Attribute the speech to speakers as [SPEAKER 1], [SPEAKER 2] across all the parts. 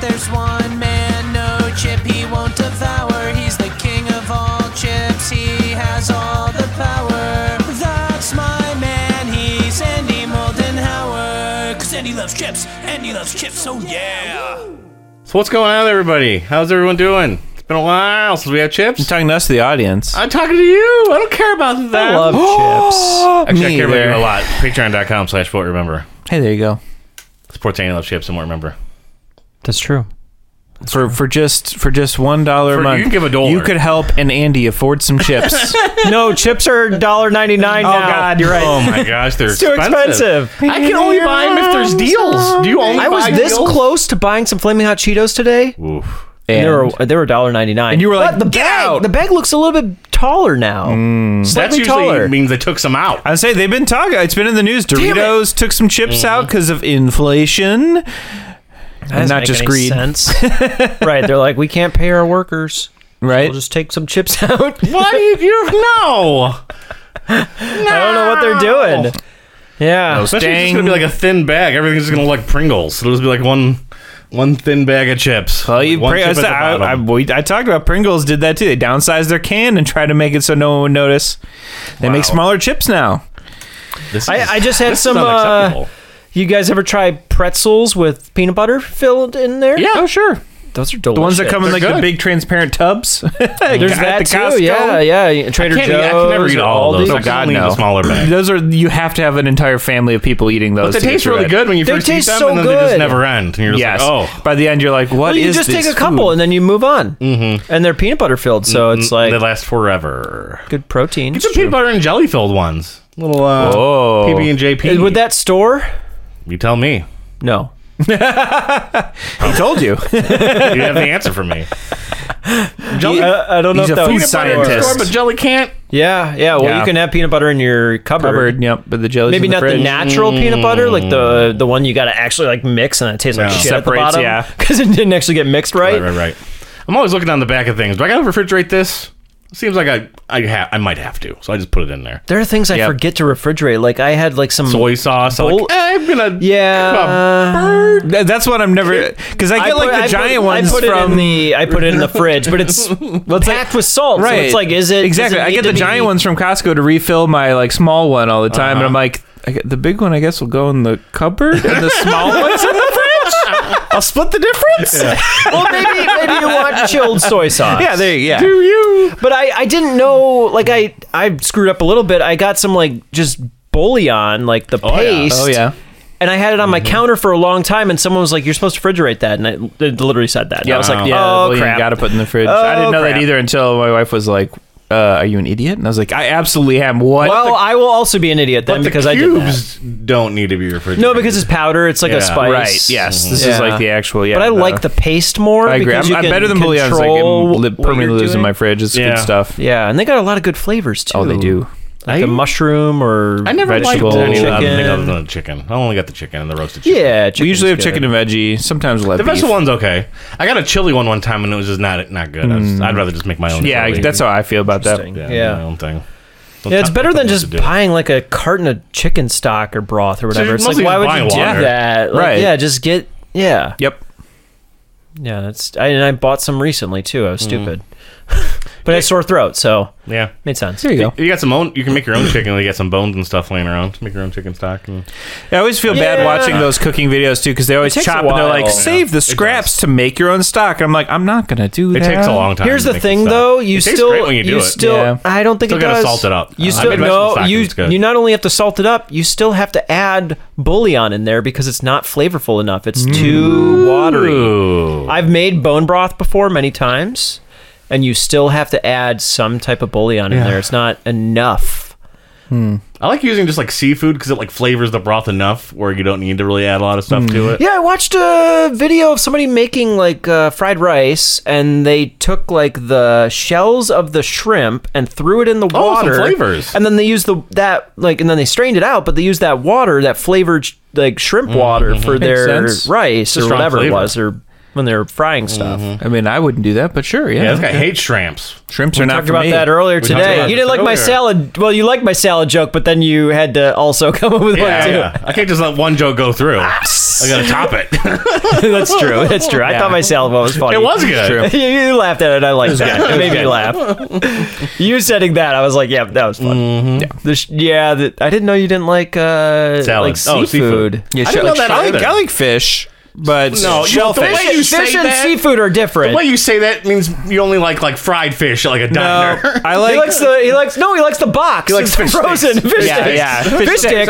[SPEAKER 1] There's one man, no chip he won't devour. He's the king of all chips, he has all the power. That's my man, he's Andy Moldenhauer. Cause Andy loves chips, Andy loves chips, oh yeah!
[SPEAKER 2] So what's going on, everybody? How's everyone doing? It's been a while since we had chips.
[SPEAKER 3] talking to us, the audience.
[SPEAKER 2] I'm talking to you. I don't care about that.
[SPEAKER 3] I love chips.
[SPEAKER 2] Actually, I
[SPEAKER 3] Me
[SPEAKER 2] care about
[SPEAKER 3] either.
[SPEAKER 2] you a lot. Patreon.com slash what remember.
[SPEAKER 3] Hey, there you go.
[SPEAKER 2] Support Andy Loves Chips and what remember.
[SPEAKER 4] That's true.
[SPEAKER 3] For for just for just one dollar
[SPEAKER 2] For-
[SPEAKER 3] a
[SPEAKER 2] you
[SPEAKER 3] month,
[SPEAKER 2] can give a dollar.
[SPEAKER 3] You could help and Andy afford some chips.
[SPEAKER 4] No, chips are $1.99 now.
[SPEAKER 3] Oh, God, you're right.
[SPEAKER 2] Oh my gosh, they're
[SPEAKER 4] too expensive.
[SPEAKER 2] I can only buy them if there's deals. Do you only
[SPEAKER 4] I was
[SPEAKER 2] buy
[SPEAKER 4] this
[SPEAKER 2] deals?
[SPEAKER 4] close to buying some Flaming Hot Cheetos today.
[SPEAKER 2] Oof.
[SPEAKER 4] And
[SPEAKER 3] And-
[SPEAKER 4] they were they were $1.99.
[SPEAKER 3] And you were like,
[SPEAKER 4] but the
[SPEAKER 3] "Get
[SPEAKER 4] bag,
[SPEAKER 3] out!"
[SPEAKER 4] the bag looks a little bit taller now.
[SPEAKER 2] Mm. That's
[SPEAKER 4] Slightly
[SPEAKER 2] usually
[SPEAKER 4] taller.
[SPEAKER 2] means they took some out.
[SPEAKER 3] I say they've been talking. It's been in the news. Doritos took some chips
[SPEAKER 4] Mm-hmm.
[SPEAKER 3] out because of inflation, and
[SPEAKER 4] Doesn't
[SPEAKER 3] not
[SPEAKER 4] make
[SPEAKER 3] just
[SPEAKER 4] any
[SPEAKER 3] greed,
[SPEAKER 4] sense. right? They're like, we can't pay our workers.
[SPEAKER 3] right?
[SPEAKER 4] We'll just take some chips out.
[SPEAKER 2] Why do you no?
[SPEAKER 4] I don't know what they're doing. Yeah.
[SPEAKER 2] Especially if it's
[SPEAKER 3] Dang.
[SPEAKER 2] gonna be like a thin bag. Everything's just gonna look like Pringles. It'll just be like one one thin bag of chips.
[SPEAKER 3] Well, you
[SPEAKER 2] One
[SPEAKER 3] Pring-
[SPEAKER 2] chip
[SPEAKER 3] I,
[SPEAKER 2] at
[SPEAKER 3] was-
[SPEAKER 2] the
[SPEAKER 3] I, I,
[SPEAKER 2] bottom.
[SPEAKER 3] we, I talked about Pringles did that too. They downsized their can and tried to make it so no one would notice. They make
[SPEAKER 2] Wow.
[SPEAKER 3] smaller chips now.
[SPEAKER 2] This
[SPEAKER 4] I-
[SPEAKER 2] is-
[SPEAKER 4] I just had
[SPEAKER 2] this is
[SPEAKER 4] some, uh,
[SPEAKER 2] unacceptable.
[SPEAKER 4] You guys ever try pretzels with peanut butter filled in there?
[SPEAKER 2] Yeah.
[SPEAKER 3] Oh sure,
[SPEAKER 4] Those are delicious.
[SPEAKER 3] the ones that come in like
[SPEAKER 2] good.
[SPEAKER 3] the big transparent tubs.
[SPEAKER 4] There's that too. Yeah, yeah. Trader
[SPEAKER 2] Can't eat-
[SPEAKER 4] Joe's.
[SPEAKER 2] I can never eat all of
[SPEAKER 4] Aldi's.
[SPEAKER 2] those. I
[SPEAKER 3] God,
[SPEAKER 2] can only eat
[SPEAKER 3] no.
[SPEAKER 2] the smaller bag.
[SPEAKER 3] Those are you have to have an entire family of people eating those.
[SPEAKER 2] But they
[SPEAKER 3] to get
[SPEAKER 2] taste
[SPEAKER 3] through
[SPEAKER 2] really
[SPEAKER 3] it.
[SPEAKER 2] good when you
[SPEAKER 4] They
[SPEAKER 2] first eat
[SPEAKER 4] taste
[SPEAKER 2] them,
[SPEAKER 4] so
[SPEAKER 2] and then they just
[SPEAKER 4] good.
[SPEAKER 2] never end. And you're just
[SPEAKER 3] Yes.
[SPEAKER 2] like, oh,
[SPEAKER 3] By the end, you're like, what
[SPEAKER 4] Well, you
[SPEAKER 3] is
[SPEAKER 4] just
[SPEAKER 3] this
[SPEAKER 4] take a couple
[SPEAKER 3] food? Mm-hmm.
[SPEAKER 4] and then you move on, mm-hmm. and they're peanut butter filled, so it's like
[SPEAKER 2] mm, they last forever.
[SPEAKER 4] good protein.
[SPEAKER 2] Get some peanut butter and jelly filled ones. Little uh,
[SPEAKER 3] Whoa.
[SPEAKER 2] PB and JP.
[SPEAKER 4] Would that store?
[SPEAKER 2] You tell me.
[SPEAKER 4] No,
[SPEAKER 3] I told you.
[SPEAKER 2] You have the answer for me. Jelly
[SPEAKER 4] I, I don't know
[SPEAKER 3] He's
[SPEAKER 4] if
[SPEAKER 3] a
[SPEAKER 4] that
[SPEAKER 3] food
[SPEAKER 4] would-
[SPEAKER 3] scientist.
[SPEAKER 2] butter in a store, but jelly can't.
[SPEAKER 4] Yeah, yeah. Well,
[SPEAKER 3] Yeah.
[SPEAKER 4] you can have peanut butter in your cupboard.
[SPEAKER 3] Covered. Yep. But the jelly's
[SPEAKER 4] Maybe
[SPEAKER 3] in the
[SPEAKER 4] not
[SPEAKER 3] fridge.
[SPEAKER 4] the natural peanut butter, like the the one you got to actually like mix and it tastes like
[SPEAKER 2] No.
[SPEAKER 4] shit
[SPEAKER 3] Separates,
[SPEAKER 4] at the bottom.
[SPEAKER 3] yeah.
[SPEAKER 4] because it didn't actually get mixed right.
[SPEAKER 2] Right, right, right. I'm always looking on the back of things. Do I gotta refrigerate this? Seems like I I ha- I might have to, so I just put it in there.
[SPEAKER 4] There are things I
[SPEAKER 3] Yep.
[SPEAKER 4] forget to refrigerate. Like I had like some
[SPEAKER 2] Soy sauce. I'm,
[SPEAKER 4] Bowl-
[SPEAKER 2] like, eh, I'm gonna
[SPEAKER 4] Yeah.
[SPEAKER 2] bird.
[SPEAKER 3] Th- That's what I'm never because I get like
[SPEAKER 4] put-
[SPEAKER 3] the
[SPEAKER 4] I
[SPEAKER 3] giant
[SPEAKER 4] put,
[SPEAKER 3] ones
[SPEAKER 4] I put
[SPEAKER 3] from
[SPEAKER 4] it in the I put it in the fridge, but it's
[SPEAKER 3] it's like-
[SPEAKER 4] packed with salt.
[SPEAKER 3] right.
[SPEAKER 4] So it's like, is it
[SPEAKER 3] exactly?
[SPEAKER 4] does it
[SPEAKER 3] I
[SPEAKER 4] need
[SPEAKER 3] get
[SPEAKER 4] to
[SPEAKER 3] the giant
[SPEAKER 4] be-
[SPEAKER 3] ones from Costco to refill my like small one all the time, and I'm like, I get, the big one I guess will go in the cupboard, and the small one's in the fridge. I'll split the difference. Yeah,
[SPEAKER 4] Well, maybe maybe you want chilled soy sauce.
[SPEAKER 3] there. you- Yeah,
[SPEAKER 2] you?
[SPEAKER 4] But I, I didn't know like I I screwed up a little bit. I got some like just bouillon like the
[SPEAKER 2] yeah.
[SPEAKER 4] paste.
[SPEAKER 3] Oh, yeah. Mm-hmm.
[SPEAKER 4] And I had it on my counter for a long time, and someone was like, "You're supposed to refrigerate that," and I, it literally said that. And I was like,
[SPEAKER 3] yeah.
[SPEAKER 4] "Oh
[SPEAKER 3] well,
[SPEAKER 4] crap!"
[SPEAKER 3] You gotta put in the fridge. I didn't
[SPEAKER 4] Oh,
[SPEAKER 3] know
[SPEAKER 4] crap.
[SPEAKER 3] that either until my wife was like, uh, "Are you an idiot?" And I was like, "I absolutely am." What?
[SPEAKER 4] well, I will also be an idiot then
[SPEAKER 2] But
[SPEAKER 4] because
[SPEAKER 2] the
[SPEAKER 4] I did that.
[SPEAKER 2] cubes don't need to be refrigerated.
[SPEAKER 4] No, because it's powder. It's like
[SPEAKER 2] Yeah.
[SPEAKER 4] a spice. Mm-hmm.
[SPEAKER 3] Right. Yes. This is
[SPEAKER 4] Yeah.
[SPEAKER 3] like the actual. Yeah.
[SPEAKER 4] but I like the paste more.
[SPEAKER 3] I agree.
[SPEAKER 4] Because
[SPEAKER 3] I'm,
[SPEAKER 4] you
[SPEAKER 3] I'm
[SPEAKER 4] can
[SPEAKER 3] better than
[SPEAKER 4] control
[SPEAKER 3] bouillon. It's like it li-
[SPEAKER 4] what
[SPEAKER 3] permanently
[SPEAKER 4] you're
[SPEAKER 3] lives in
[SPEAKER 4] doing.
[SPEAKER 3] my fridge. It's
[SPEAKER 2] Yeah.
[SPEAKER 3] good stuff.
[SPEAKER 4] Yeah, and they got a lot of good flavors too.
[SPEAKER 3] Oh, they do.
[SPEAKER 4] Like
[SPEAKER 2] I-
[SPEAKER 4] the mushroom or
[SPEAKER 2] I never liked
[SPEAKER 3] vegetable,
[SPEAKER 2] any of
[SPEAKER 4] chicken.
[SPEAKER 2] anything other than the chicken. I only got the chicken and the roasted chicken.
[SPEAKER 4] yeah.
[SPEAKER 3] We usually have
[SPEAKER 4] chicken's
[SPEAKER 3] chicken
[SPEAKER 4] good.
[SPEAKER 3] and veggie. Sometimes we'll have
[SPEAKER 2] The
[SPEAKER 3] beef.
[SPEAKER 2] vegetable one's okay. I got a chili one one time and it was just not not good. I was, I'd rather just make my own.
[SPEAKER 3] Yeah, I-
[SPEAKER 2] chili.
[SPEAKER 3] that's how I feel about that.
[SPEAKER 4] Interesting.
[SPEAKER 2] yeah.
[SPEAKER 4] Mm. Yeah.
[SPEAKER 2] my own thing.
[SPEAKER 4] Yeah, it's better than
[SPEAKER 2] Nothing
[SPEAKER 4] just
[SPEAKER 2] to do.
[SPEAKER 4] buying like a carton of chicken stock or broth or whatever.
[SPEAKER 2] you're
[SPEAKER 4] it's like
[SPEAKER 2] mostly
[SPEAKER 4] why
[SPEAKER 2] just
[SPEAKER 4] would
[SPEAKER 2] buying
[SPEAKER 4] you do
[SPEAKER 2] water.
[SPEAKER 4] that? Like,
[SPEAKER 3] Right.
[SPEAKER 4] Yeah, just get yeah.
[SPEAKER 3] Yep.
[SPEAKER 4] Yeah, that's I, and I bought some recently too.
[SPEAKER 3] Mm.
[SPEAKER 4] I was stupid. but I had sore throat, so
[SPEAKER 2] Yeah.
[SPEAKER 4] made sense.
[SPEAKER 3] There you go.
[SPEAKER 2] You got some own. You can make your own chicken. You got some bones and stuff laying around. Make your own chicken stock. And
[SPEAKER 3] I always feel bad
[SPEAKER 4] Yeah.
[SPEAKER 3] watching those cooking videos too because they always
[SPEAKER 4] takes a
[SPEAKER 3] chop and they're like,
[SPEAKER 4] while.
[SPEAKER 3] save the scraps to make your own stock. And I'm like, I'm not gonna do
[SPEAKER 2] it
[SPEAKER 3] that.
[SPEAKER 2] takes a long time.
[SPEAKER 4] Here's
[SPEAKER 2] to
[SPEAKER 4] the
[SPEAKER 2] make
[SPEAKER 4] thing,
[SPEAKER 2] stuff.
[SPEAKER 4] though. You
[SPEAKER 2] it tastes
[SPEAKER 4] still,
[SPEAKER 2] great when you do it.
[SPEAKER 4] still,
[SPEAKER 3] Yeah.
[SPEAKER 4] I don't think
[SPEAKER 2] Still
[SPEAKER 4] it
[SPEAKER 2] gotta
[SPEAKER 4] does.
[SPEAKER 2] salt it up.
[SPEAKER 4] You
[SPEAKER 2] I
[SPEAKER 4] still
[SPEAKER 2] made vegetable
[SPEAKER 4] no.
[SPEAKER 2] stock and
[SPEAKER 4] You
[SPEAKER 2] it's good.
[SPEAKER 4] you not only have to salt it up. You still have to add bouillon in there because it's not flavorful enough. It's too watery.
[SPEAKER 2] Mm. Ooh.
[SPEAKER 4] I've made bone broth before many times, and you still have to add some type of bouillon in there. It's not enough.
[SPEAKER 2] I like using just like seafood because it like flavors the broth enough where you don't need to really add a lot of stuff to it.
[SPEAKER 4] Yeah, I watched a video of somebody making like uh, fried rice, and they took like the shells of the shrimp and threw it in the
[SPEAKER 2] Oh, some
[SPEAKER 4] water.
[SPEAKER 2] flavors.
[SPEAKER 4] And then they used the that like, and then they strained it out, but they used that water, that flavored like shrimp water, for their
[SPEAKER 3] sense.
[SPEAKER 4] rice
[SPEAKER 2] a
[SPEAKER 4] or
[SPEAKER 2] Mm-hmm, strong
[SPEAKER 4] whatever
[SPEAKER 2] flavor. Mm-hmm.
[SPEAKER 4] it was, or when they're frying stuff.
[SPEAKER 3] I mean, I wouldn't do that, but sure, yeah.
[SPEAKER 2] Yeah, this guy hates shrimps.
[SPEAKER 3] Shrimps are not
[SPEAKER 4] talked
[SPEAKER 3] for
[SPEAKER 4] about
[SPEAKER 3] me.
[SPEAKER 4] that earlier
[SPEAKER 2] We talked
[SPEAKER 4] today.
[SPEAKER 2] about
[SPEAKER 4] You
[SPEAKER 2] this
[SPEAKER 4] didn't like my
[SPEAKER 2] earlier.
[SPEAKER 4] salad. Well, you liked my salad joke, but then you had to also come up with
[SPEAKER 2] Yeah,
[SPEAKER 4] one too.
[SPEAKER 2] yeah. I can't just let one joke go through.
[SPEAKER 4] Ah.
[SPEAKER 2] I gotta top it.
[SPEAKER 4] That's true. That's true. I thought my salad one was funny.
[SPEAKER 2] it was good.
[SPEAKER 3] true.
[SPEAKER 4] you, you laughed at it. I liked that. It, made me laugh. you setting that, I was like, yeah, that was fun. Yeah, the, sh- yeah the, I didn't know you didn't like uh,
[SPEAKER 2] Salad.
[SPEAKER 4] like
[SPEAKER 2] Oh,
[SPEAKER 4] seafood.
[SPEAKER 2] seafood.
[SPEAKER 3] Yeah,
[SPEAKER 2] I didn't
[SPEAKER 3] shell-
[SPEAKER 2] know that
[SPEAKER 3] I like,
[SPEAKER 2] either.
[SPEAKER 3] I like fish, but
[SPEAKER 2] No, you- the
[SPEAKER 3] shellfish.
[SPEAKER 2] way you
[SPEAKER 4] Fish
[SPEAKER 2] say
[SPEAKER 4] and
[SPEAKER 2] that-
[SPEAKER 4] seafood are different.
[SPEAKER 2] The way you say that means you only like like fried fish, at, like a diner.
[SPEAKER 3] No, I
[SPEAKER 4] he
[SPEAKER 3] like
[SPEAKER 4] likes the he likes no he likes the box. He
[SPEAKER 2] likes fish
[SPEAKER 4] frozen
[SPEAKER 2] sticks.
[SPEAKER 4] fish
[SPEAKER 2] Yeah,
[SPEAKER 4] sticks.
[SPEAKER 3] yeah,
[SPEAKER 4] fish, sticks.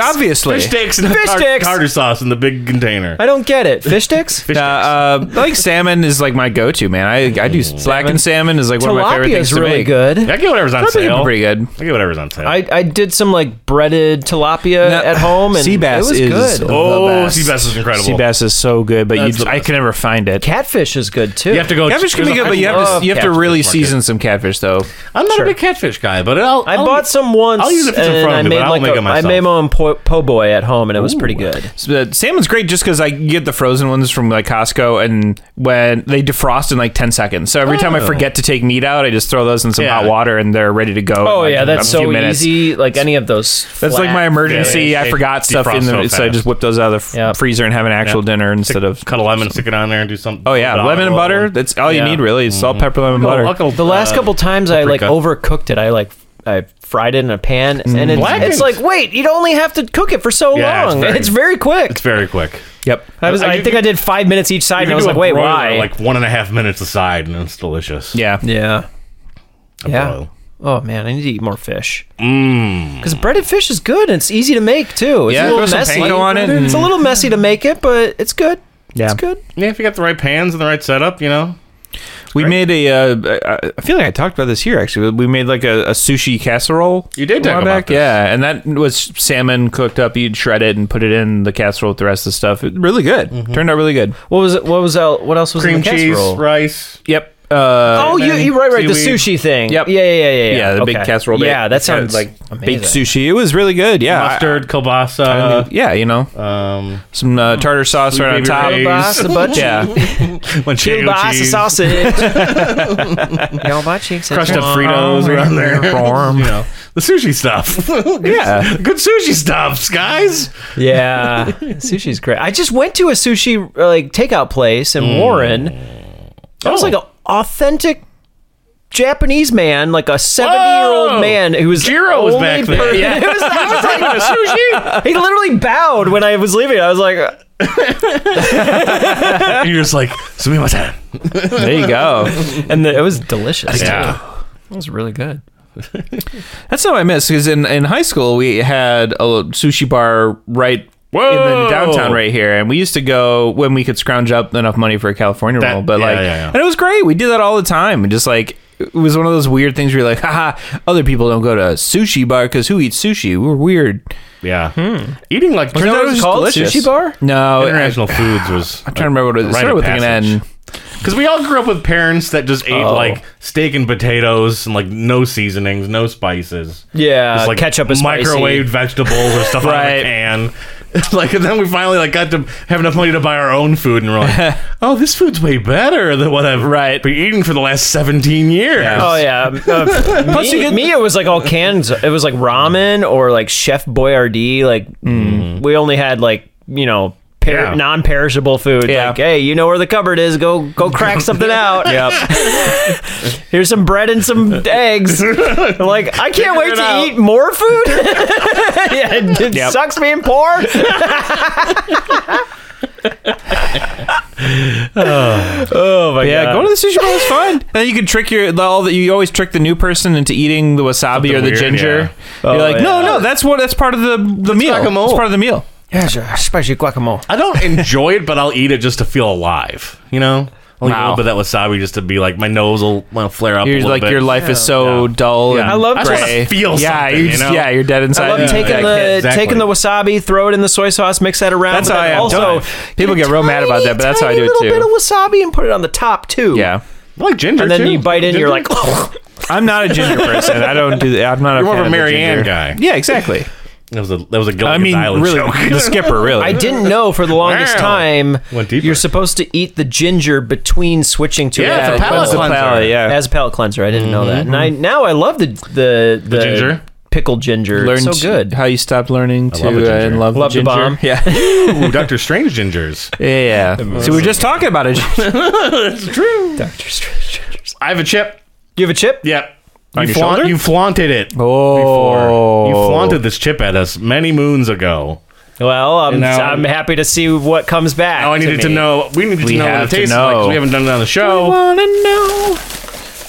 [SPEAKER 3] obviously.
[SPEAKER 2] fish sticks and
[SPEAKER 4] Fish
[SPEAKER 2] tar-
[SPEAKER 4] sticks.
[SPEAKER 2] tartar sauce in the big container.
[SPEAKER 4] I don't get it. Fish sticks.
[SPEAKER 2] Fish
[SPEAKER 3] Uh, uh, I like salmon is like my go-to man. I I do blackened salmon is like one of my favorite
[SPEAKER 4] Tilapia
[SPEAKER 3] things
[SPEAKER 4] is
[SPEAKER 3] to
[SPEAKER 4] really
[SPEAKER 3] make.
[SPEAKER 4] good.
[SPEAKER 2] sticks. I get whatever's on
[SPEAKER 3] Tilapia
[SPEAKER 2] sale.
[SPEAKER 3] is pretty good.
[SPEAKER 2] I get whatever's on sale.
[SPEAKER 4] I, I did some like breaded tilapia
[SPEAKER 3] No,
[SPEAKER 4] at home and
[SPEAKER 3] sea bass
[SPEAKER 4] it was
[SPEAKER 3] is
[SPEAKER 4] good.
[SPEAKER 3] the
[SPEAKER 2] Oh,
[SPEAKER 3] best.
[SPEAKER 2] sea bass is incredible.
[SPEAKER 3] Sea bass is so good, but
[SPEAKER 2] That's
[SPEAKER 3] you
[SPEAKER 2] the
[SPEAKER 3] I
[SPEAKER 2] best.
[SPEAKER 3] can never find it.
[SPEAKER 4] Catfish is good too.
[SPEAKER 2] you have to go.
[SPEAKER 3] Catfish can be
[SPEAKER 2] there's a-
[SPEAKER 3] good, but you
[SPEAKER 2] I
[SPEAKER 3] have
[SPEAKER 4] love
[SPEAKER 3] to you have to
[SPEAKER 2] catfish
[SPEAKER 3] really
[SPEAKER 2] market.
[SPEAKER 3] season some catfish though.
[SPEAKER 2] I'm not a big catfish guy, but I'll.
[SPEAKER 4] I
[SPEAKER 2] I'll-
[SPEAKER 4] bought some once.
[SPEAKER 2] I'll use it if it's in
[SPEAKER 4] and
[SPEAKER 2] front of
[SPEAKER 4] I
[SPEAKER 2] me, but
[SPEAKER 4] made
[SPEAKER 2] I don't
[SPEAKER 4] like
[SPEAKER 2] make
[SPEAKER 4] a-
[SPEAKER 2] it
[SPEAKER 4] I
[SPEAKER 2] myself.
[SPEAKER 4] made my own po-, po' boy at home, and it was pretty
[SPEAKER 2] Ooh.
[SPEAKER 4] good.
[SPEAKER 3] So the salmon's great just because I get the frozen ones from like Costco, and when they defrost in like ten seconds. So every time I
[SPEAKER 2] Oh.
[SPEAKER 3] forget to take meat out, I just throw those in some
[SPEAKER 2] Yeah.
[SPEAKER 3] hot water, and they're ready to go. in,
[SPEAKER 4] Oh
[SPEAKER 3] like,
[SPEAKER 4] yeah, that's
[SPEAKER 3] a few
[SPEAKER 4] so
[SPEAKER 3] minutes.
[SPEAKER 4] easy. Like any of those.
[SPEAKER 3] That's like my
[SPEAKER 4] flat-
[SPEAKER 3] emergency.
[SPEAKER 2] Yeah, they-
[SPEAKER 3] I
[SPEAKER 2] they
[SPEAKER 3] forgot stuff in
[SPEAKER 2] defrost
[SPEAKER 3] the,
[SPEAKER 2] so
[SPEAKER 3] so I
[SPEAKER 2] fast.
[SPEAKER 3] just whip those out of the f-
[SPEAKER 4] Yeah.
[SPEAKER 3] freezer and have an actual
[SPEAKER 2] Yeah.
[SPEAKER 3] dinner instead of.
[SPEAKER 2] cut a lemon, stick it on there, and do something.
[SPEAKER 3] Oh yeah, lemon and butter. That's all
[SPEAKER 4] Yeah. Oh,
[SPEAKER 3] you need really. is Salt,
[SPEAKER 2] Mm-hmm.
[SPEAKER 3] pepper, lemon, butter.
[SPEAKER 4] The
[SPEAKER 2] Uh,
[SPEAKER 4] last couple times I like overcooked it. I like I fried it in a pan, and it's,
[SPEAKER 2] Blackened.
[SPEAKER 4] it's like wait, you only have to cook it for so
[SPEAKER 2] Mm. Yeah, it's
[SPEAKER 4] long.
[SPEAKER 2] very-
[SPEAKER 4] It's very, quick.
[SPEAKER 2] It's very quick.
[SPEAKER 3] Yep.
[SPEAKER 4] I was
[SPEAKER 2] I-
[SPEAKER 4] I,
[SPEAKER 2] you
[SPEAKER 4] think
[SPEAKER 2] could-
[SPEAKER 4] I did five minutes each side,
[SPEAKER 2] You
[SPEAKER 4] and I
[SPEAKER 2] can
[SPEAKER 4] was
[SPEAKER 2] do
[SPEAKER 4] like,
[SPEAKER 2] a
[SPEAKER 4] wait,
[SPEAKER 2] broiler
[SPEAKER 4] why?
[SPEAKER 2] Like one and a half minutes aside, and it's delicious.
[SPEAKER 3] Yeah.
[SPEAKER 4] yeah,
[SPEAKER 2] A
[SPEAKER 4] yeah.
[SPEAKER 2] broil.
[SPEAKER 4] Oh man, I need to eat more fish. Because breaded fish is good and it's easy to make too.
[SPEAKER 3] Mmm.
[SPEAKER 4] It's
[SPEAKER 3] Yeah,
[SPEAKER 4] a
[SPEAKER 3] throw
[SPEAKER 4] little
[SPEAKER 3] some
[SPEAKER 4] messy.
[SPEAKER 3] panko on it
[SPEAKER 4] It's a
[SPEAKER 3] and-
[SPEAKER 4] little messy to make it, but it's good.
[SPEAKER 3] Yeah.
[SPEAKER 4] It's good.
[SPEAKER 2] Yeah, if you got the right pans and the right setup, you know.
[SPEAKER 3] We made a. Uh, I- I feel like I talked about this here actually. We made like a, a sushi casserole.
[SPEAKER 2] You did
[SPEAKER 3] a
[SPEAKER 2] talk
[SPEAKER 3] while
[SPEAKER 2] about this.
[SPEAKER 3] Yeah, and that was salmon cooked up. You'd shred it and put it in the casserole with the rest of the stuff. It, really good.
[SPEAKER 2] Mm-hmm.
[SPEAKER 3] Turned out really good.
[SPEAKER 4] What was it? What was el- What else was
[SPEAKER 2] Cream
[SPEAKER 4] in the
[SPEAKER 2] cheese,
[SPEAKER 4] casserole?
[SPEAKER 2] rice.
[SPEAKER 3] Yep. Uh,
[SPEAKER 4] Oh, you,
[SPEAKER 2] then
[SPEAKER 4] you right, right. The
[SPEAKER 2] seaweed.
[SPEAKER 4] sushi thing.
[SPEAKER 3] Yep.
[SPEAKER 4] Yeah, yeah, yeah, yeah.
[SPEAKER 3] yeah, the big
[SPEAKER 4] Okay.
[SPEAKER 3] casserole. bit.
[SPEAKER 4] Yeah, that
[SPEAKER 3] It's got,
[SPEAKER 4] sounds like
[SPEAKER 3] baked sushi. It was really good. Yeah, I-
[SPEAKER 2] Mustard,
[SPEAKER 3] I mean,
[SPEAKER 2] kielbasa,
[SPEAKER 3] yeah, you know,
[SPEAKER 2] um,
[SPEAKER 3] some uh, tartar sauce
[SPEAKER 2] Sweet
[SPEAKER 3] right on
[SPEAKER 2] baby
[SPEAKER 3] top.
[SPEAKER 2] rays.
[SPEAKER 4] Kielbasa, but-
[SPEAKER 3] Yeah,
[SPEAKER 2] manchego
[SPEAKER 4] Kielbasa
[SPEAKER 2] cheese,
[SPEAKER 4] sausage. Kielbasa cheese.
[SPEAKER 2] crushed up Fritos around there. you know, the sushi stuff.
[SPEAKER 3] yeah.
[SPEAKER 2] Good sushi stuffs, guys.
[SPEAKER 4] Yeah, sushi's great. I just went to a sushi uh, like takeout place in
[SPEAKER 3] Mm.
[SPEAKER 4] Warren. That was
[SPEAKER 2] Oh.
[SPEAKER 4] like an authentic Japanese man, like a
[SPEAKER 2] Whoa!
[SPEAKER 4] seventy-year-old man who was
[SPEAKER 2] Oh, Jiro was back there. Yeah.
[SPEAKER 4] Yeah. it was, I was like,
[SPEAKER 2] sushi.
[SPEAKER 4] he literally bowed when I was leaving. I was like, uh,
[SPEAKER 2] and you're just like, sumimasen.
[SPEAKER 3] There you go.
[SPEAKER 4] and the, it was delicious.
[SPEAKER 2] Yeah.
[SPEAKER 4] it was really good.
[SPEAKER 3] That's how I miss because in, in high school we had a little sushi bar right in
[SPEAKER 2] Whoa.
[SPEAKER 3] the downtown right here, and we used to go when we could scrounge up enough money for a California
[SPEAKER 2] That-
[SPEAKER 3] roll. But
[SPEAKER 2] yeah,
[SPEAKER 3] like,
[SPEAKER 2] yeah, yeah.
[SPEAKER 3] and it was great. We did that all the time, and just like it was one of those weird things where you're like, haha, other people don't go to a sushi bar because who eats sushi? We're weird.
[SPEAKER 2] Yeah. Eating like Oh,
[SPEAKER 3] Turns out
[SPEAKER 4] Hmm. what it was called? Sushi bar?
[SPEAKER 3] No, I-
[SPEAKER 2] international foods was.
[SPEAKER 3] I'm trying to remember what it was. It started with an N.
[SPEAKER 2] Because we all grew up with parents that just ate
[SPEAKER 4] Oh.
[SPEAKER 2] like steak and potatoes and like no seasonings, no spices.
[SPEAKER 4] Yeah,
[SPEAKER 2] Just, like
[SPEAKER 4] ketchup is
[SPEAKER 2] microwaved vegetables or stuff out of a
[SPEAKER 3] Right.
[SPEAKER 2] can. like and then we finally like got to have enough money to buy our own food and we're like, oh, this food's way better than what I've
[SPEAKER 3] Right.
[SPEAKER 2] been eating for the last seventeen years.
[SPEAKER 4] Oh yeah. Uh, me, me, it was like all cans. It was like ramen or like Chef Boyardee. Like
[SPEAKER 3] Mm.
[SPEAKER 4] mm. we only had like you know per-
[SPEAKER 2] Yeah.
[SPEAKER 4] non-perishable food.
[SPEAKER 3] Yeah.
[SPEAKER 4] Like hey, you know where the cupboard is. Go go crack something out.
[SPEAKER 3] Yep.
[SPEAKER 4] Here's some bread and some eggs. like I can't wait
[SPEAKER 2] it
[SPEAKER 4] to
[SPEAKER 2] out.
[SPEAKER 4] eat more food. yeah, it, it
[SPEAKER 3] Yep.
[SPEAKER 4] sucks being poor. oh my
[SPEAKER 3] Yeah,
[SPEAKER 4] god.
[SPEAKER 3] going to the sushi bar was fun. Then you could trick your the- all that you always trick the new person into eating the wasabi or the
[SPEAKER 2] weird,
[SPEAKER 3] ginger.
[SPEAKER 4] yeah.
[SPEAKER 3] You're like, no,
[SPEAKER 4] yeah.
[SPEAKER 3] no, that's what that's part of the the meal.
[SPEAKER 2] guacamole.
[SPEAKER 3] It's part of the meal.
[SPEAKER 4] yeah, sure. especially guacamole.
[SPEAKER 2] I don't enjoy it, but I'll eat it just to feel alive. You know, I'll eat a
[SPEAKER 3] Wow.
[SPEAKER 2] little bit of that wasabi just to be like my nose will well, flare up. a
[SPEAKER 3] You're
[SPEAKER 2] little
[SPEAKER 3] like
[SPEAKER 2] bit.
[SPEAKER 3] your life is so
[SPEAKER 2] Yeah.
[SPEAKER 3] dull.
[SPEAKER 2] Yeah.
[SPEAKER 3] And
[SPEAKER 2] I love I just wanna
[SPEAKER 3] gray.
[SPEAKER 2] feel
[SPEAKER 3] Yeah,
[SPEAKER 2] something,
[SPEAKER 3] you're
[SPEAKER 2] you
[SPEAKER 3] just,
[SPEAKER 2] know?
[SPEAKER 3] yeah, you're dead inside.
[SPEAKER 4] I love
[SPEAKER 3] Yeah.
[SPEAKER 4] taking
[SPEAKER 3] Yeah.
[SPEAKER 4] the
[SPEAKER 2] exactly.
[SPEAKER 4] taking the wasabi, throw it in the soy sauce, mix that around.
[SPEAKER 3] That's
[SPEAKER 4] but
[SPEAKER 3] how
[SPEAKER 4] then
[SPEAKER 3] I am.
[SPEAKER 4] Also,
[SPEAKER 3] Don't- people
[SPEAKER 4] get a
[SPEAKER 3] get real mad about that, but that's how I
[SPEAKER 4] tiny
[SPEAKER 3] do it
[SPEAKER 4] little
[SPEAKER 3] too.
[SPEAKER 4] bit of wasabi and put it on the top too.
[SPEAKER 3] yeah.
[SPEAKER 2] I like ginger,
[SPEAKER 4] And then
[SPEAKER 2] too.
[SPEAKER 4] you bite in,
[SPEAKER 2] Ginger?
[SPEAKER 4] you're like, "Oh."
[SPEAKER 3] I'm not a ginger person. I don't do. I'm not
[SPEAKER 2] You're
[SPEAKER 3] a
[SPEAKER 2] more
[SPEAKER 3] fan
[SPEAKER 2] of a
[SPEAKER 3] the
[SPEAKER 2] Marianne
[SPEAKER 3] ginger.
[SPEAKER 2] guy.
[SPEAKER 3] Yeah, exactly.
[SPEAKER 2] That was a that was a
[SPEAKER 3] I
[SPEAKER 2] Gilligan's
[SPEAKER 3] mean,
[SPEAKER 2] Island
[SPEAKER 3] really,
[SPEAKER 2] joke.
[SPEAKER 3] the skipper, really.
[SPEAKER 4] I didn't know for the longest
[SPEAKER 2] Wow.
[SPEAKER 4] time
[SPEAKER 2] Went deeper.
[SPEAKER 4] you're supposed to eat the ginger between switching to
[SPEAKER 2] Yeah,
[SPEAKER 4] it
[SPEAKER 2] it's a palate
[SPEAKER 4] as a
[SPEAKER 2] cleanser.
[SPEAKER 4] palate,
[SPEAKER 3] Yeah. Mm-hmm.
[SPEAKER 4] as a palate cleanser. I didn't know that, and I now I love the the, the
[SPEAKER 2] ginger?
[SPEAKER 4] pickled ginger. It's
[SPEAKER 3] Learned
[SPEAKER 4] so good.
[SPEAKER 3] How you stopped learning to
[SPEAKER 2] love a
[SPEAKER 3] uh,
[SPEAKER 2] ginger.
[SPEAKER 3] and love,
[SPEAKER 4] Love the
[SPEAKER 3] ginger.
[SPEAKER 4] bomb.
[SPEAKER 3] Yeah,
[SPEAKER 2] Ooh, Doctor Strange gingers.
[SPEAKER 3] yeah. yeah. so we we're just talking about it.
[SPEAKER 2] I have a chip.
[SPEAKER 4] You have a chip?
[SPEAKER 2] Yep. You,
[SPEAKER 3] your
[SPEAKER 2] flaunt,
[SPEAKER 3] shoulder?
[SPEAKER 2] you flaunted it.
[SPEAKER 3] Oh.
[SPEAKER 2] before. You flaunted this chip at us many moons ago.
[SPEAKER 4] Well, I'm,
[SPEAKER 2] Now-
[SPEAKER 4] I'm happy to see what comes back.
[SPEAKER 2] Now I needed to,
[SPEAKER 4] me.
[SPEAKER 2] know. We needed
[SPEAKER 3] We
[SPEAKER 2] to know what
[SPEAKER 3] have
[SPEAKER 2] it
[SPEAKER 3] to
[SPEAKER 2] tastes like. 'cause
[SPEAKER 3] know.
[SPEAKER 2] We haven't done it on the show.
[SPEAKER 3] want to know?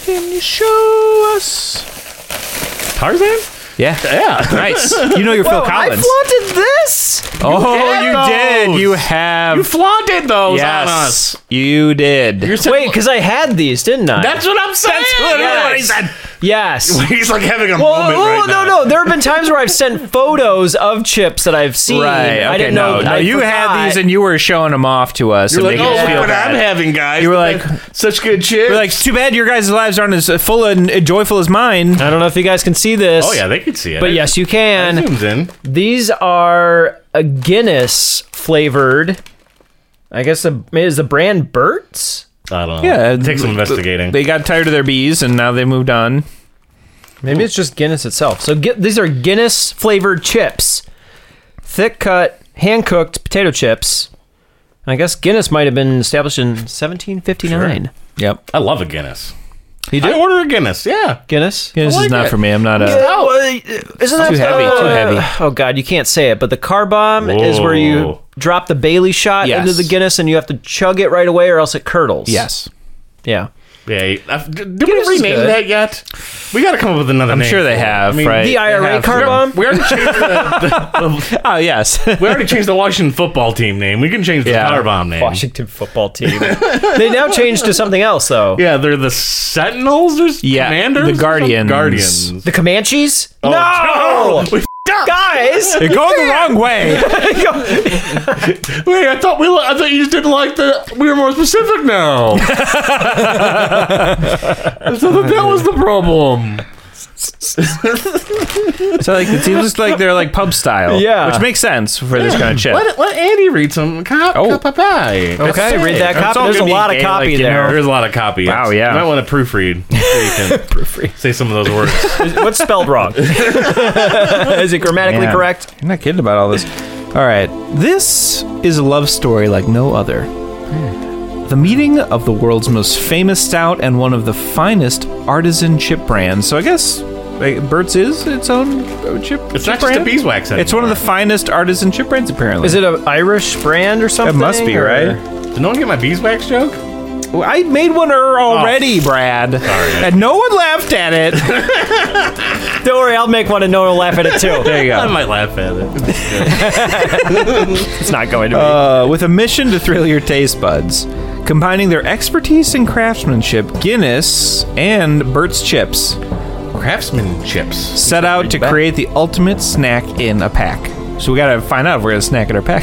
[SPEAKER 3] Can you show us?
[SPEAKER 2] Tarzan?
[SPEAKER 3] Yeah.
[SPEAKER 2] Yeah.
[SPEAKER 3] Nice. You know you're Phil
[SPEAKER 4] Oh, I
[SPEAKER 3] Collins.
[SPEAKER 4] flaunted this.
[SPEAKER 3] oh,
[SPEAKER 2] had
[SPEAKER 3] you
[SPEAKER 2] those.
[SPEAKER 3] did. You have.
[SPEAKER 2] You flaunted those
[SPEAKER 3] yes,
[SPEAKER 2] on us.
[SPEAKER 3] you did.
[SPEAKER 2] You're saying-
[SPEAKER 4] Wait, because I had these, didn't I?
[SPEAKER 2] that's what I'm saying. That's
[SPEAKER 4] Yes. yes.
[SPEAKER 2] He's like having a
[SPEAKER 4] Well,
[SPEAKER 2] moment
[SPEAKER 4] oh,
[SPEAKER 2] right now.
[SPEAKER 4] no, no. There have been times where I've sent photos of chips that I've seen.
[SPEAKER 3] right. Okay.
[SPEAKER 4] I didn't
[SPEAKER 3] no,
[SPEAKER 4] know.
[SPEAKER 3] no.
[SPEAKER 4] I
[SPEAKER 3] you
[SPEAKER 4] forgot.
[SPEAKER 3] had these, and you were showing them off to us.
[SPEAKER 2] You're
[SPEAKER 3] and
[SPEAKER 2] like,
[SPEAKER 3] making
[SPEAKER 2] oh,
[SPEAKER 3] us
[SPEAKER 2] look
[SPEAKER 3] feel
[SPEAKER 2] what
[SPEAKER 3] bad.
[SPEAKER 2] I'm having, guys.
[SPEAKER 3] You were like-
[SPEAKER 2] such good chips.
[SPEAKER 3] We're like, too bad your guys' lives aren't as uh, full and uh, joyful as mine.
[SPEAKER 4] I don't know if you guys can see this.
[SPEAKER 2] oh yeah, they could see it.
[SPEAKER 4] But yes, you
[SPEAKER 2] It
[SPEAKER 4] can.
[SPEAKER 2] zooms in.
[SPEAKER 4] These are a Guinness flavored. I guess the is the brand Burt's.
[SPEAKER 2] I don't know.
[SPEAKER 3] Yeah,
[SPEAKER 2] it takes some
[SPEAKER 3] th-
[SPEAKER 2] investigating.
[SPEAKER 3] They got tired of their bees, and now they moved on.
[SPEAKER 4] Maybe it's just Guinness itself. So get, these are Guinness flavored chips, thick cut, hand cooked potato chips. I guess Guinness might have been established in 1759.
[SPEAKER 3] Yep.
[SPEAKER 2] I love a Guinness.
[SPEAKER 4] You
[SPEAKER 2] I
[SPEAKER 4] do
[SPEAKER 2] order a Guinness. Yeah.
[SPEAKER 4] Guinness?
[SPEAKER 3] This
[SPEAKER 2] like
[SPEAKER 3] is not
[SPEAKER 2] it.
[SPEAKER 3] for me. I'm not a.
[SPEAKER 4] Oh, isn't that
[SPEAKER 3] Too heavy, too heavy.
[SPEAKER 4] Oh god, you can't say it. But the car bomb is where you
[SPEAKER 2] Whoa.
[SPEAKER 4] drop the Bailey shot
[SPEAKER 3] Yes.
[SPEAKER 4] into the Guinness, and you have to chug it right away, or else it curdles.
[SPEAKER 3] Yes.
[SPEAKER 4] Yeah.
[SPEAKER 2] Yeah. I- Did did
[SPEAKER 4] Guinness
[SPEAKER 2] we
[SPEAKER 4] is
[SPEAKER 2] rename
[SPEAKER 4] good.
[SPEAKER 2] that yet? We got to come up with another.
[SPEAKER 3] I'm
[SPEAKER 2] name
[SPEAKER 3] sure they
[SPEAKER 2] for it.
[SPEAKER 3] have,
[SPEAKER 2] I mean,
[SPEAKER 3] right?
[SPEAKER 4] The IRA
[SPEAKER 3] have
[SPEAKER 4] car
[SPEAKER 3] them.
[SPEAKER 4] bomb.
[SPEAKER 2] We already changed the,
[SPEAKER 3] Oh, yes.
[SPEAKER 2] the we already changed the Washington football team name. We can change the
[SPEAKER 3] Yeah.
[SPEAKER 2] Powerbomb name.
[SPEAKER 4] Washington football team. they now changed to something else though.
[SPEAKER 2] Yeah, they're the Sentinels or s-
[SPEAKER 3] Yeah,
[SPEAKER 2] Commanders.
[SPEAKER 3] the
[SPEAKER 2] or something?
[SPEAKER 3] Guardians.
[SPEAKER 2] Guardians.
[SPEAKER 4] The Comanches?
[SPEAKER 2] Oh,
[SPEAKER 4] no,
[SPEAKER 2] we f***ed up.
[SPEAKER 4] guys.
[SPEAKER 3] They're going the wrong way.
[SPEAKER 2] Wait, I thought we. li- I thought you just didn't like the. We were more specific now. I thought that was the problem.
[SPEAKER 3] so like it seems like they're like pub style.
[SPEAKER 4] Yeah.
[SPEAKER 3] Which makes sense for this kind of chip.
[SPEAKER 2] Let, let Andy read some cop,
[SPEAKER 3] Oh.
[SPEAKER 2] cop pie.
[SPEAKER 4] Okay, read that
[SPEAKER 3] It's all
[SPEAKER 4] copy. There's a
[SPEAKER 3] gonna be
[SPEAKER 4] lot of
[SPEAKER 3] gay,
[SPEAKER 4] copy
[SPEAKER 3] like, you
[SPEAKER 4] there.
[SPEAKER 2] There's a lot of copy.
[SPEAKER 3] Wow,
[SPEAKER 2] It's-
[SPEAKER 3] yeah.
[SPEAKER 2] You might want to proofread. So you can Say some of those words.
[SPEAKER 4] What's spelled wrong? Is it grammatically
[SPEAKER 3] Man,
[SPEAKER 4] correct?
[SPEAKER 3] You're not kidding about all this. All right. This is a love story like no other. The meeting of the world's most famous stout and one of the finest artisan chip brands. So I guess like, Burt's is its own uh, chip.
[SPEAKER 2] It's
[SPEAKER 3] chip
[SPEAKER 2] not just a
[SPEAKER 3] brand?
[SPEAKER 2] beeswax anymore.
[SPEAKER 3] It's one of the finest artisan chip brands, apparently.
[SPEAKER 4] Is it an Irish brand or
[SPEAKER 3] It
[SPEAKER 4] something?
[SPEAKER 3] must be
[SPEAKER 4] or-
[SPEAKER 3] right.
[SPEAKER 2] Did no one get my beeswax joke?
[SPEAKER 3] Well, I made one er- already, Brad, and no one laughed at it.
[SPEAKER 4] Don't worry, I'll make one and no one will laugh at it too.
[SPEAKER 3] there you
[SPEAKER 2] I
[SPEAKER 3] go.
[SPEAKER 2] might laugh at it.
[SPEAKER 4] it's not going to be.
[SPEAKER 3] Uh, with a mission to thrill your taste buds, combining their expertise and craftsmanship, Guinness and Burt's Chips
[SPEAKER 2] Craftsman chips.
[SPEAKER 3] set out to create the ultimate snack in a pack. So we gotta find out if we're gonna snack in our pack.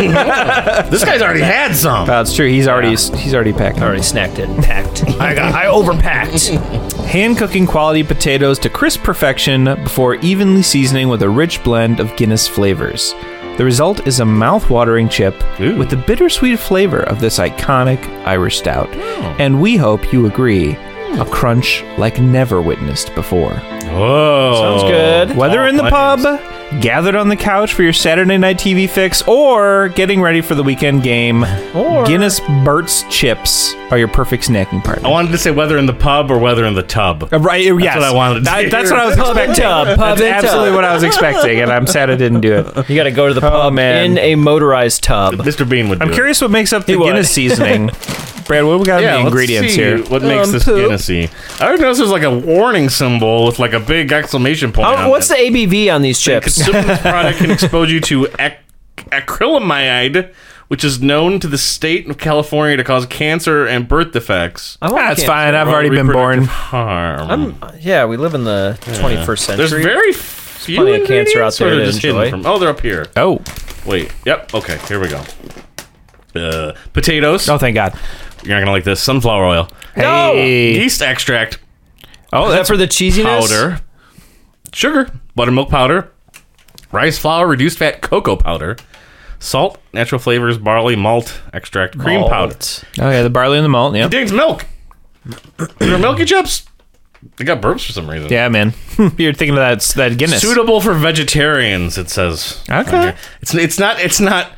[SPEAKER 2] This guy's already had some.
[SPEAKER 3] That's true. He's already he's already packing.
[SPEAKER 4] already snacked it. Packed. I got. I overpacked.
[SPEAKER 3] Hand cooking quality potatoes to crisp perfection before evenly seasoning with a rich blend of Guinness flavors. The result is a mouth-watering chip
[SPEAKER 2] Ooh.
[SPEAKER 3] with the bittersweet flavor of this iconic Irish stout.
[SPEAKER 2] Oh.
[SPEAKER 3] And we hope you agree, a crunch like never witnessed before.
[SPEAKER 2] Whoa.
[SPEAKER 4] Sounds good.
[SPEAKER 3] Whether
[SPEAKER 2] All
[SPEAKER 3] in the
[SPEAKER 2] plans.
[SPEAKER 3] pub, gathered on the couch for your Saturday night TV fix, or getting ready for the weekend game, Guinness Burt's chips are your perfect snacking partner.
[SPEAKER 2] I wanted to say whether in the pub or whether in the tub.
[SPEAKER 3] Uh, Right, yes.
[SPEAKER 2] what I wanted to
[SPEAKER 3] That-
[SPEAKER 2] hear.
[SPEAKER 3] that's what I was
[SPEAKER 4] Pub and
[SPEAKER 3] expecting.
[SPEAKER 4] tub, pub
[SPEAKER 3] that's
[SPEAKER 4] and tub.
[SPEAKER 3] absolutely what I was expecting, and I'm sad I didn't do it.
[SPEAKER 4] You got to go to the
[SPEAKER 3] Oh,
[SPEAKER 4] pub
[SPEAKER 3] man.
[SPEAKER 4] in a motorized tub.
[SPEAKER 2] Mr. Bean would.
[SPEAKER 3] I'm
[SPEAKER 2] do it.
[SPEAKER 3] curious what makes up the
[SPEAKER 4] would.
[SPEAKER 3] Guinness seasoning. Brad, what we got in the
[SPEAKER 2] let's
[SPEAKER 3] ingredients
[SPEAKER 2] see
[SPEAKER 3] here?
[SPEAKER 2] What
[SPEAKER 4] Um,
[SPEAKER 2] makes this Guinnessy? I already noticed there's like a warning symbol with like a big exclamation point.
[SPEAKER 4] How-
[SPEAKER 2] on
[SPEAKER 4] Oh, what's the
[SPEAKER 2] it.
[SPEAKER 4] ABV on these chips?
[SPEAKER 2] Consuming this product can expose you to ac- acrylamide, which is known to the state of California to cause cancer and birth defects.
[SPEAKER 4] oh, I want
[SPEAKER 3] That's
[SPEAKER 4] cancer.
[SPEAKER 3] fine. I've
[SPEAKER 2] Or
[SPEAKER 3] already been born.
[SPEAKER 2] reproductive Harm.
[SPEAKER 4] Uh, Yeah, we live in the 21st
[SPEAKER 2] There's
[SPEAKER 4] century.
[SPEAKER 2] very few
[SPEAKER 4] plenty of cancer
[SPEAKER 2] ingredients
[SPEAKER 4] out there
[SPEAKER 2] that are
[SPEAKER 4] to
[SPEAKER 2] just hidden
[SPEAKER 4] enjoy.
[SPEAKER 2] From, oh, they're up here.
[SPEAKER 3] Oh,
[SPEAKER 2] Wait. Yep. Okay. Here we go. Uh, potatoes.
[SPEAKER 3] oh, thank God.
[SPEAKER 2] You're not gonna like this. Sunflower oil.
[SPEAKER 4] No!
[SPEAKER 3] Hey.
[SPEAKER 2] Yeast extract.
[SPEAKER 3] Oh,
[SPEAKER 4] Is that
[SPEAKER 3] that's
[SPEAKER 4] for the cheesiness?
[SPEAKER 2] powder, sugar, buttermilk powder, rice flour, reduced fat cocoa powder, salt, natural flavors, barley, malt, extract, cream powder.
[SPEAKER 3] Oh yeah, the barley and the malt. Yeah,
[SPEAKER 2] Dings milk. They're milky chips. They got burps for some reason.
[SPEAKER 3] yeah, man. You're thinking of that that Guinness.
[SPEAKER 2] Hmm. Suitable for vegetarians, it says. on
[SPEAKER 3] Okay.
[SPEAKER 2] here. It's it's not it's not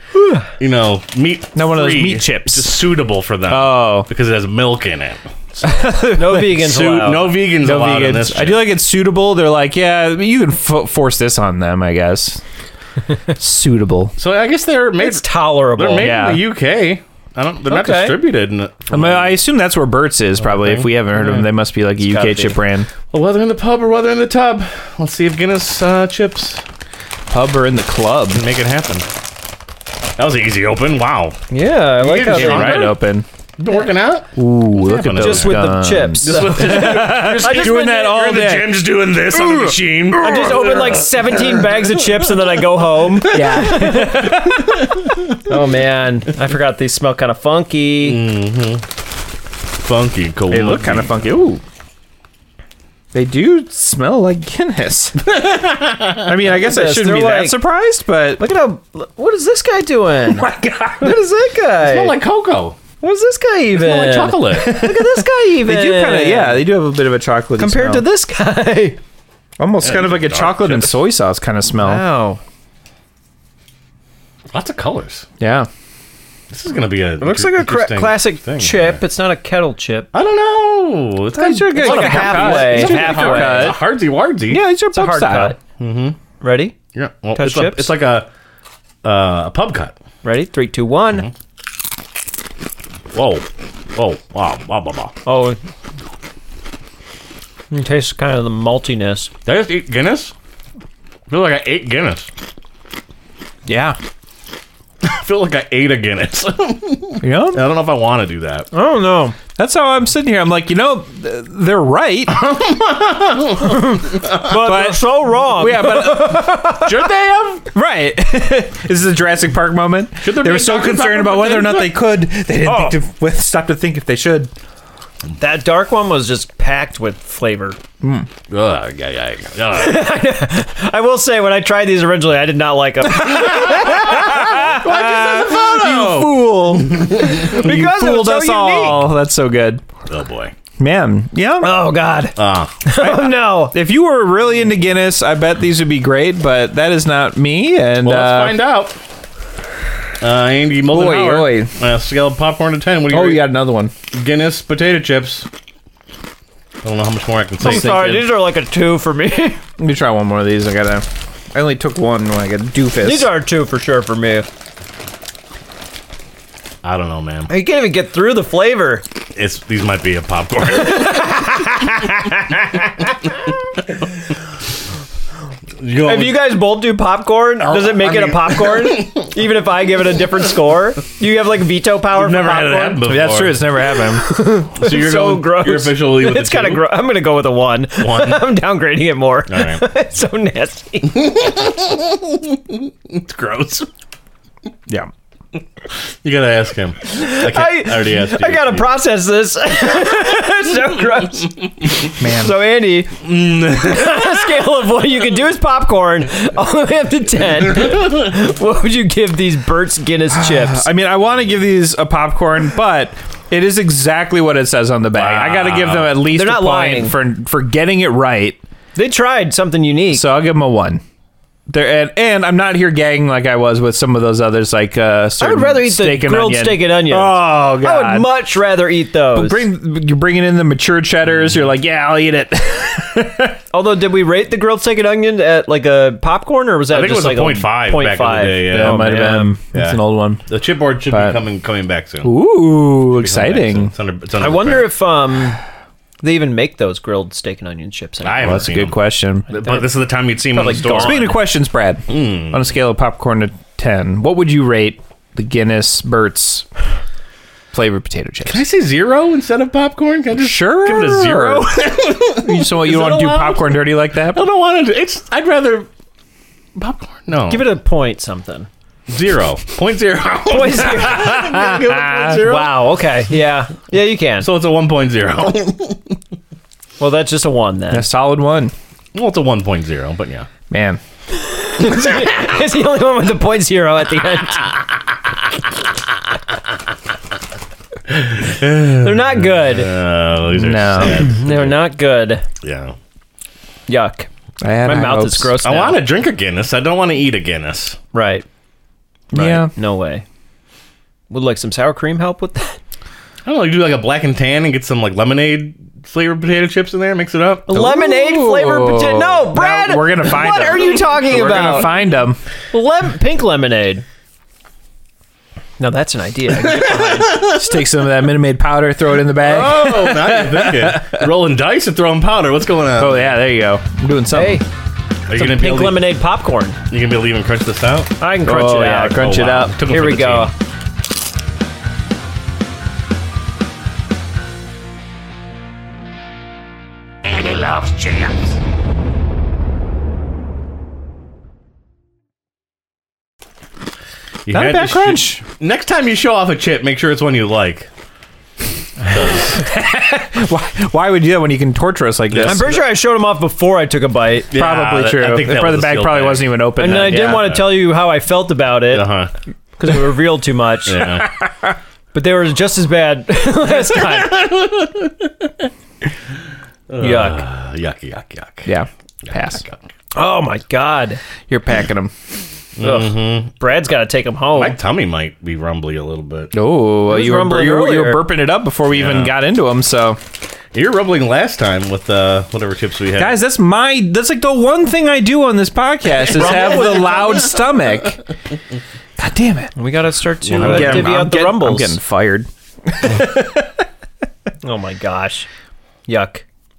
[SPEAKER 2] you know meat.
[SPEAKER 3] Not one of those
[SPEAKER 2] free.
[SPEAKER 3] meat chips.
[SPEAKER 2] It's just suitable for them.
[SPEAKER 3] Oh.
[SPEAKER 2] because it has milk in it.
[SPEAKER 4] No vegans
[SPEAKER 2] Su-
[SPEAKER 4] allowed.
[SPEAKER 2] no vegans
[SPEAKER 3] No
[SPEAKER 2] allowed in
[SPEAKER 3] vegans.
[SPEAKER 2] this.
[SPEAKER 3] I
[SPEAKER 2] shit.
[SPEAKER 3] do like it's suitable. They're like, yeah, you can fo- force this on them, I guess. suitable.
[SPEAKER 2] So I guess they're made.
[SPEAKER 4] It's tolerable.
[SPEAKER 2] they're made
[SPEAKER 3] yeah.
[SPEAKER 2] in the UK. I don't. They're not
[SPEAKER 4] Okay.
[SPEAKER 2] distributed. In the,
[SPEAKER 3] I, mean, I assume that's where Burt's is probably. If we haven't heard of them, they must be like a
[SPEAKER 4] gotta
[SPEAKER 3] UK
[SPEAKER 4] be.
[SPEAKER 3] chip brand.
[SPEAKER 2] well, whether in the pub or whether in the tub, let's see if Guinness uh, chips
[SPEAKER 3] Pub or in the club.
[SPEAKER 2] can make it happen. That was an easy open. Wow,
[SPEAKER 4] yeah, I like
[SPEAKER 2] get
[SPEAKER 4] how
[SPEAKER 2] it
[SPEAKER 4] they
[SPEAKER 2] wrong.
[SPEAKER 3] Right open.
[SPEAKER 2] you been working out?
[SPEAKER 3] Ooh, look
[SPEAKER 2] Yeah,
[SPEAKER 3] at those.
[SPEAKER 4] just with the
[SPEAKER 3] guns.
[SPEAKER 4] chips. I just
[SPEAKER 3] doing
[SPEAKER 4] went
[SPEAKER 3] that
[SPEAKER 4] in-
[SPEAKER 3] all
[SPEAKER 2] You're in the
[SPEAKER 3] day.
[SPEAKER 2] gym just doing this on the machine.
[SPEAKER 4] I just opened like 17 bags of chips and then I go home.
[SPEAKER 5] Yeah.
[SPEAKER 4] Oh man, I forgot these smell kind of funky.
[SPEAKER 2] funky. Cool.
[SPEAKER 3] They look kind of funky. Ooh. They do smell like Guinness. I mean, I guess I
[SPEAKER 4] Yes,
[SPEAKER 3] shouldn't
[SPEAKER 4] they're
[SPEAKER 3] be that
[SPEAKER 4] like-
[SPEAKER 3] surprised, but
[SPEAKER 4] Look at how. What is this guy doing?
[SPEAKER 2] My God.
[SPEAKER 4] What is that guy?
[SPEAKER 2] like cocoa.
[SPEAKER 4] what is this guy even?
[SPEAKER 2] Smell like chocolate.
[SPEAKER 4] Look at this guy even.
[SPEAKER 3] they do kind of, yeah, they do have a bit of a chocolate
[SPEAKER 4] Compared to this guy.
[SPEAKER 3] Almost kind of like a
[SPEAKER 2] dark
[SPEAKER 3] chocolate and
[SPEAKER 2] chips.
[SPEAKER 3] soy sauce kind of smell.
[SPEAKER 4] Wow.
[SPEAKER 2] Lots of colors.
[SPEAKER 3] Yeah.
[SPEAKER 2] This is gonna be a.
[SPEAKER 4] Looks like a cra- classic
[SPEAKER 2] thing.
[SPEAKER 4] chip. It's not a kettle chip.
[SPEAKER 2] I don't know. It's
[SPEAKER 3] These are good.
[SPEAKER 4] like a halfway.
[SPEAKER 2] It's
[SPEAKER 4] Halfway.
[SPEAKER 2] a hardsy wardsy.
[SPEAKER 3] Yeah, these are
[SPEAKER 4] It's a
[SPEAKER 3] pub
[SPEAKER 4] hard
[SPEAKER 3] style.
[SPEAKER 4] cut. Mm-hmm. Ready?
[SPEAKER 2] Yeah. Well,
[SPEAKER 4] Touch
[SPEAKER 2] it's, like-
[SPEAKER 4] chips?
[SPEAKER 2] it's like a uh, a pub cut.
[SPEAKER 4] Ready? Three, two, one.
[SPEAKER 2] Whoa. Whoa. Wow. Blah blah blah.
[SPEAKER 4] Oh. It tastes kind of the maltiness.
[SPEAKER 2] Did I just eat Guinness? I feel like I ate Guinness.
[SPEAKER 3] Yeah.
[SPEAKER 2] I feel like I ate a Guinness. I
[SPEAKER 3] You know?
[SPEAKER 2] don't know if I want to do that.
[SPEAKER 4] I don't know.
[SPEAKER 3] That's how I'm sitting here. I'm like, you know, th- they're right.
[SPEAKER 4] But, they're so wrong.
[SPEAKER 3] Oh, yeah, but
[SPEAKER 2] Should they have?
[SPEAKER 3] right. this is a Jurassic Park moment.
[SPEAKER 2] Should there
[SPEAKER 3] they
[SPEAKER 2] be
[SPEAKER 3] were so
[SPEAKER 2] Dr.
[SPEAKER 3] concerned
[SPEAKER 2] Pepper
[SPEAKER 3] about whether or not they
[SPEAKER 2] potatoes?
[SPEAKER 3] could. They didn't
[SPEAKER 2] Oh.
[SPEAKER 3] think to, with, stop to think if they should.
[SPEAKER 4] That dark one was just packed with flavor.
[SPEAKER 2] Ugh, yeah, yeah, yeah.
[SPEAKER 4] I will say, when I tried these originally, I did not like them.
[SPEAKER 3] Fool. because
[SPEAKER 4] it was
[SPEAKER 3] fooled
[SPEAKER 4] so
[SPEAKER 3] us all. That's so good.
[SPEAKER 2] oh boy.
[SPEAKER 3] Man, yeah.
[SPEAKER 4] oh, God.
[SPEAKER 2] Uh,
[SPEAKER 4] Oh, no.
[SPEAKER 3] if you were really into Guinness, I bet these would be great, but that is not me. And
[SPEAKER 2] Well,
[SPEAKER 3] uh,
[SPEAKER 2] let's find out. Uh, Andy Moldenhauer.
[SPEAKER 3] Oi, oi.
[SPEAKER 2] Uh, scale of popcorn to 10. What do you
[SPEAKER 3] Oh,
[SPEAKER 2] rate
[SPEAKER 3] you got another one.
[SPEAKER 2] Guinness potato chips. I don't know how much more I can say.
[SPEAKER 4] I'm sorry. These are like a two for me.
[SPEAKER 3] Let me try one more of these. I gotta. I only took one like a doofus.
[SPEAKER 4] these are a two for sure for me.
[SPEAKER 2] I don't know, man.
[SPEAKER 4] You can't even get through the flavor.
[SPEAKER 2] It's these might be a popcorn. you go
[SPEAKER 4] If you guys both do popcorn, does it
[SPEAKER 2] Oh,
[SPEAKER 4] make
[SPEAKER 2] I
[SPEAKER 4] it a
[SPEAKER 2] mean-
[SPEAKER 4] popcorn? even if I give it a different score, do you have like veto power?
[SPEAKER 2] I've
[SPEAKER 4] for
[SPEAKER 2] never had it
[SPEAKER 4] popcorn?
[SPEAKER 2] happen before.
[SPEAKER 3] That's true. It's never happened.
[SPEAKER 2] So you're
[SPEAKER 4] so
[SPEAKER 2] going,
[SPEAKER 4] gross.
[SPEAKER 2] You're officially with
[SPEAKER 4] It's
[SPEAKER 2] the
[SPEAKER 4] kind of
[SPEAKER 2] two?
[SPEAKER 4] gross. I'm gonna go with a one.
[SPEAKER 2] One. All
[SPEAKER 4] I'm downgrading it more.
[SPEAKER 2] right.
[SPEAKER 4] It's so nasty.
[SPEAKER 2] It's gross.
[SPEAKER 3] yeah.
[SPEAKER 2] You gotta ask him. I, can't, I, already asked you.
[SPEAKER 4] I gotta
[SPEAKER 2] You-
[SPEAKER 4] process this. it's so gross.
[SPEAKER 3] Man.
[SPEAKER 4] So Andy, on a scale of what you can do is popcorn, all the way up to ten. What would you give these Burt's Guinness chips?
[SPEAKER 3] I mean, I want to give these a popcorn, but it is exactly what it says on the bag. I gotta give them at least
[SPEAKER 4] They're
[SPEAKER 3] a
[SPEAKER 4] not
[SPEAKER 3] point
[SPEAKER 4] lying.
[SPEAKER 3] for for getting it right.
[SPEAKER 4] They tried something unique.
[SPEAKER 3] So I'll give them a one. There and, and I'm not here gagging like I was with some of those others, like uh,
[SPEAKER 4] I would
[SPEAKER 3] certain
[SPEAKER 4] rather eat the
[SPEAKER 3] steak and
[SPEAKER 4] grilled
[SPEAKER 3] onion.
[SPEAKER 4] steak and onions.
[SPEAKER 3] Oh god!
[SPEAKER 4] I would much rather eat those.
[SPEAKER 3] Bring you're bringing in the mature cheddars. You're like, yeah, I'll eat it.
[SPEAKER 4] Although, did we rate the grilled steak and onion at like a popcorn, or was
[SPEAKER 2] I
[SPEAKER 4] that
[SPEAKER 2] think it
[SPEAKER 4] just
[SPEAKER 2] was
[SPEAKER 4] like
[SPEAKER 2] a point five
[SPEAKER 4] point
[SPEAKER 2] back
[SPEAKER 4] five?
[SPEAKER 2] in the day. Yeah.
[SPEAKER 3] Yeah, it might have
[SPEAKER 4] Oh, man.
[SPEAKER 3] been. It's an old one.
[SPEAKER 2] The chipboard should be
[SPEAKER 3] But-
[SPEAKER 2] coming coming back soon.
[SPEAKER 3] Ooh,
[SPEAKER 2] Coming back soon.
[SPEAKER 3] exciting!
[SPEAKER 2] It's under, it's under
[SPEAKER 4] I wonder
[SPEAKER 2] repair.
[SPEAKER 4] if um they even make those grilled steak and onion chips.
[SPEAKER 2] I
[SPEAKER 4] Anymore.
[SPEAKER 2] haven't
[SPEAKER 3] Well, that's a
[SPEAKER 2] seen
[SPEAKER 3] good
[SPEAKER 2] them.
[SPEAKER 3] question.
[SPEAKER 2] But this is the time you'd see them in the
[SPEAKER 4] Probably
[SPEAKER 2] store.
[SPEAKER 3] Speaking of questions, Brad, on a scale of popcorn to ten, what would you rate the Guinness Burt's flavored potato chips?
[SPEAKER 2] Can I say zero instead of popcorn? Can I just
[SPEAKER 3] Sure.
[SPEAKER 2] Give it a zero. I
[SPEAKER 3] you just want, you
[SPEAKER 2] Is
[SPEAKER 3] don't
[SPEAKER 2] that
[SPEAKER 3] want to do
[SPEAKER 2] allowed?
[SPEAKER 3] popcorn dirty like that?
[SPEAKER 2] don't want to. It's. I'd rather popcorn. No.
[SPEAKER 4] Give it a point something.
[SPEAKER 2] zero. Point zero.
[SPEAKER 4] Point zero.
[SPEAKER 2] Give it a point zero.
[SPEAKER 4] Wow. Okay. Yeah. Yeah. You can.
[SPEAKER 2] So it's a 1.0.
[SPEAKER 4] well, that's just a one then.
[SPEAKER 3] A solid one,
[SPEAKER 2] well, it's a 1.0, but yeah.
[SPEAKER 3] man.
[SPEAKER 4] it's the only one with the point zero at the end. They're not good.
[SPEAKER 2] Uh, these are sad.
[SPEAKER 4] No, they're not good.
[SPEAKER 2] Yeah.
[SPEAKER 4] Yuck.
[SPEAKER 3] I had
[SPEAKER 4] My
[SPEAKER 3] high
[SPEAKER 4] mouth is
[SPEAKER 3] hopes.
[SPEAKER 4] gross.
[SPEAKER 2] I
[SPEAKER 4] now.
[SPEAKER 2] want to drink a Guinness. I don't want to eat a Guinness.
[SPEAKER 4] Right.
[SPEAKER 3] Yeah.
[SPEAKER 4] No way. Would like some sour cream help with that?
[SPEAKER 2] I don't know. You do like a black and tan and get some like lemonade flavored potato chips in there. Mix it up.
[SPEAKER 4] Lemonade flavored potato. No,
[SPEAKER 3] Now
[SPEAKER 4] Brad.
[SPEAKER 3] we're gonna find
[SPEAKER 4] What
[SPEAKER 3] them.
[SPEAKER 4] are you talking
[SPEAKER 3] We're
[SPEAKER 4] about?
[SPEAKER 3] gonna find them.
[SPEAKER 4] Lem- pink lemonade. No, that's an idea. I can get behind.
[SPEAKER 3] Just take some of that Minute Maid powder, throw it in the bag.
[SPEAKER 2] Oh, now you're thinking. Rolling dice and throwing powder. What's going on?
[SPEAKER 3] Oh yeah, there you go. I'm doing
[SPEAKER 4] hey,
[SPEAKER 3] something.
[SPEAKER 2] Are you gonna
[SPEAKER 4] some
[SPEAKER 2] be
[SPEAKER 4] pink
[SPEAKER 2] able to-
[SPEAKER 4] lemonade popcorn.
[SPEAKER 2] You gonna be able to even crunch this out?
[SPEAKER 4] I can crunch
[SPEAKER 3] Oh,
[SPEAKER 4] it
[SPEAKER 3] yeah,
[SPEAKER 4] out.
[SPEAKER 3] crunch
[SPEAKER 2] Oh,
[SPEAKER 3] it
[SPEAKER 2] wow.
[SPEAKER 3] out.
[SPEAKER 2] Took 'em
[SPEAKER 4] Here
[SPEAKER 2] for
[SPEAKER 4] we
[SPEAKER 2] the
[SPEAKER 4] go.
[SPEAKER 2] team.
[SPEAKER 5] Andy loves chips.
[SPEAKER 2] You
[SPEAKER 3] Not a
[SPEAKER 2] had
[SPEAKER 3] bad
[SPEAKER 2] to sh-
[SPEAKER 3] crunch.
[SPEAKER 2] Next time you show off a chip, make sure it's one you like.
[SPEAKER 3] Why, why would you do that when you can torture us like this?
[SPEAKER 4] I'm pretty sure I showed him off before I took a bite.
[SPEAKER 2] Yeah,
[SPEAKER 3] Probably
[SPEAKER 2] that-
[SPEAKER 3] true.
[SPEAKER 2] I think that
[SPEAKER 3] Probably
[SPEAKER 2] was
[SPEAKER 3] the
[SPEAKER 2] a
[SPEAKER 3] bag
[SPEAKER 2] sealed
[SPEAKER 3] probably
[SPEAKER 2] bag.
[SPEAKER 3] wasn't even open.
[SPEAKER 4] And
[SPEAKER 3] then.
[SPEAKER 4] I didn't
[SPEAKER 2] yeah.
[SPEAKER 4] want to tell you how I felt about it
[SPEAKER 2] Uh huh.
[SPEAKER 4] because we revealed too much.
[SPEAKER 2] Yeah.
[SPEAKER 4] But they were just as bad last time. Yuck.
[SPEAKER 2] Uh, yuck, yuck, yuck.
[SPEAKER 3] Yeah, pass.
[SPEAKER 4] Oh my god.
[SPEAKER 3] You're packing them.
[SPEAKER 4] Ugh. Brad's got to take him home.
[SPEAKER 2] My tummy might be rumbly a little bit.
[SPEAKER 3] Oh,
[SPEAKER 4] was
[SPEAKER 3] you were,
[SPEAKER 4] rumbling
[SPEAKER 3] you, were, you were
[SPEAKER 4] earlier.
[SPEAKER 3] burping it up before we even
[SPEAKER 2] Yeah.
[SPEAKER 3] got into them. So,
[SPEAKER 2] You're rumbling last time with uh, whatever chips we had.
[SPEAKER 3] guys, that's my that's like the one thing I do on this podcast is have the loud stomach. God damn it!
[SPEAKER 4] we got to start to
[SPEAKER 3] I'm
[SPEAKER 4] uh,
[SPEAKER 3] getting- I'm
[SPEAKER 4] divvy out the
[SPEAKER 3] getting- I'm
[SPEAKER 4] rumbles.
[SPEAKER 3] getting fired.
[SPEAKER 4] Oh my gosh. Yuck.